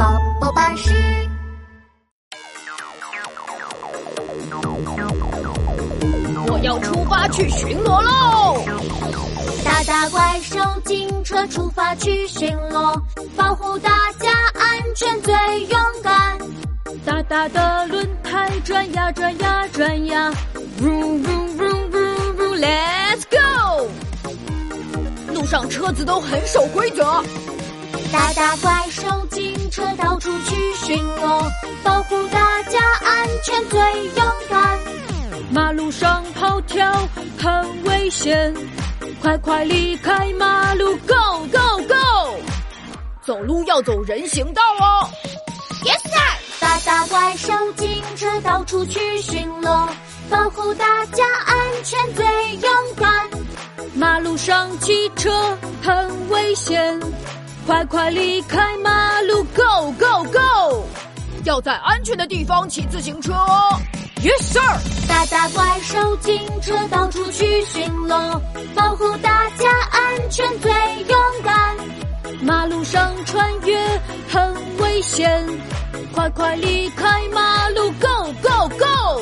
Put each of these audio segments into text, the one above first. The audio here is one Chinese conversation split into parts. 老师。我要出发去巡逻喽！大大怪兽警车出发去巡逻，保护大家安全最勇敢。大大的轮胎转呀转呀转呀，vroom vroom vroom vroom vroom，Let's go！路上车子都很守规则，大大怪兽警车到处去巡逻，保护大家安全最勇敢。马路上跑跳很危险，快快离开马路，Go Go Go！走路要走人行道哦。 Yes sir！大大怪兽警车到处去巡逻，保护大家安全最勇敢。马路上骑车很危险，快快离开马路，Go Go Go！要在安全的地方骑自行车哦。Yes sir。大大怪兽警车到处去巡逻，保护大家安全最勇敢。马路上穿越很危险，快快离开马路，Go Go Go！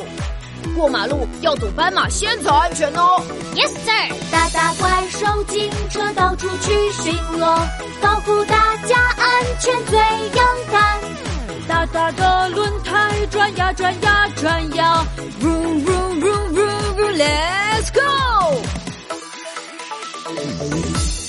过马路要走斑马线才安全哦。Yes sir。大大怪兽警车到处去巡逻，保护大家安全最勇敢。大大的轮胎转呀转呀转呀，Vroom Vroom Vroom Vroom Vroom，Let's go！